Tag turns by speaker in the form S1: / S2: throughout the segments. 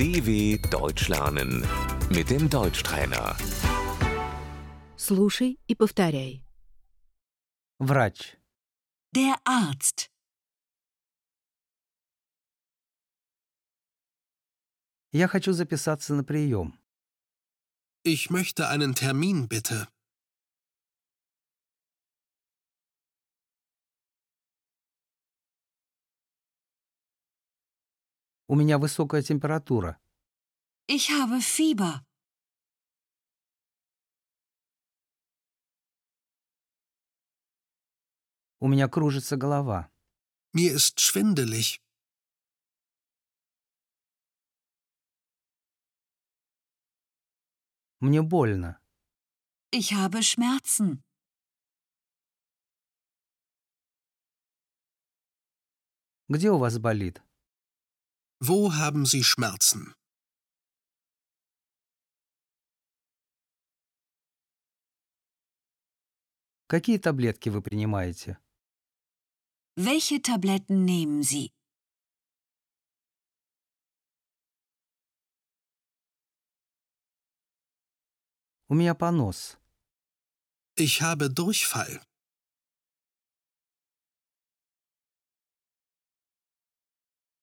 S1: DW Deutsch lernen mit dem Deutschtrainer.
S2: Слушай и повторяй.
S3: Врач.
S4: Der Arzt.
S3: Я хочу записаться на прием.
S5: Ich möchte einen Termin bitte.
S3: У меня высокая температура.
S4: Ich habe Fieber.
S3: У меня кружится голова.
S5: Mir ist schwindelig.
S3: Мне больно.
S4: Ich habe Schmerzen.
S3: Где у вас болит?
S5: Wo haben Sie Schmerzen?
S3: Какие таблетки вы принимаете?
S4: Welche Tabletten nehmen Sie?
S3: У меня понос.
S5: Ich habe Durchfall.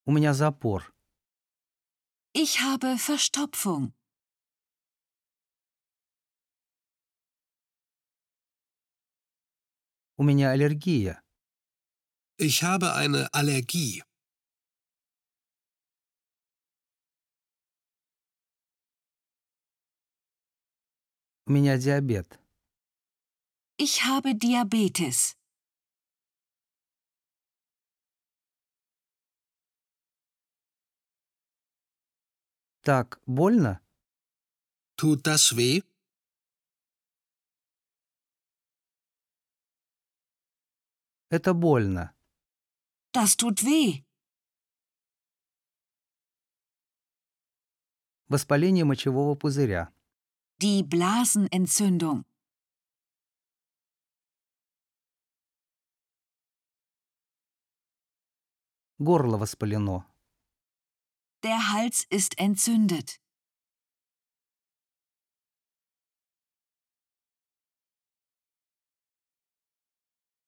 S3: У меня запор.
S4: Ich habe Verstopfung.
S3: У меня аллергия.
S5: Ich habe eine Allergie.
S3: У меня диабет.
S4: Ich habe Diabetes.
S3: Так, больно?
S5: Tut das weh?
S3: Это больно.
S4: Das tut weh.
S3: Воспаление мочевого пузыря.
S4: Die Blasenentzündung.
S3: Горло воспалено.
S4: Der Hals ist entzündet.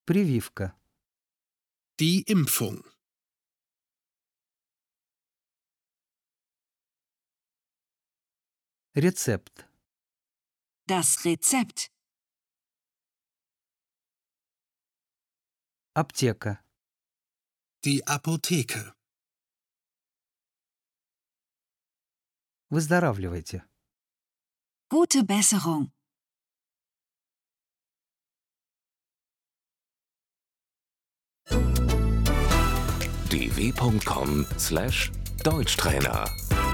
S3: Прививка.
S5: Die Impfung.
S3: Рецепт.
S4: Das Rezept.
S3: Аптека.
S5: Die Apotheke.
S3: Выздоравливайте.
S4: Gute Besserung.
S1: dw.com/deutschtrainer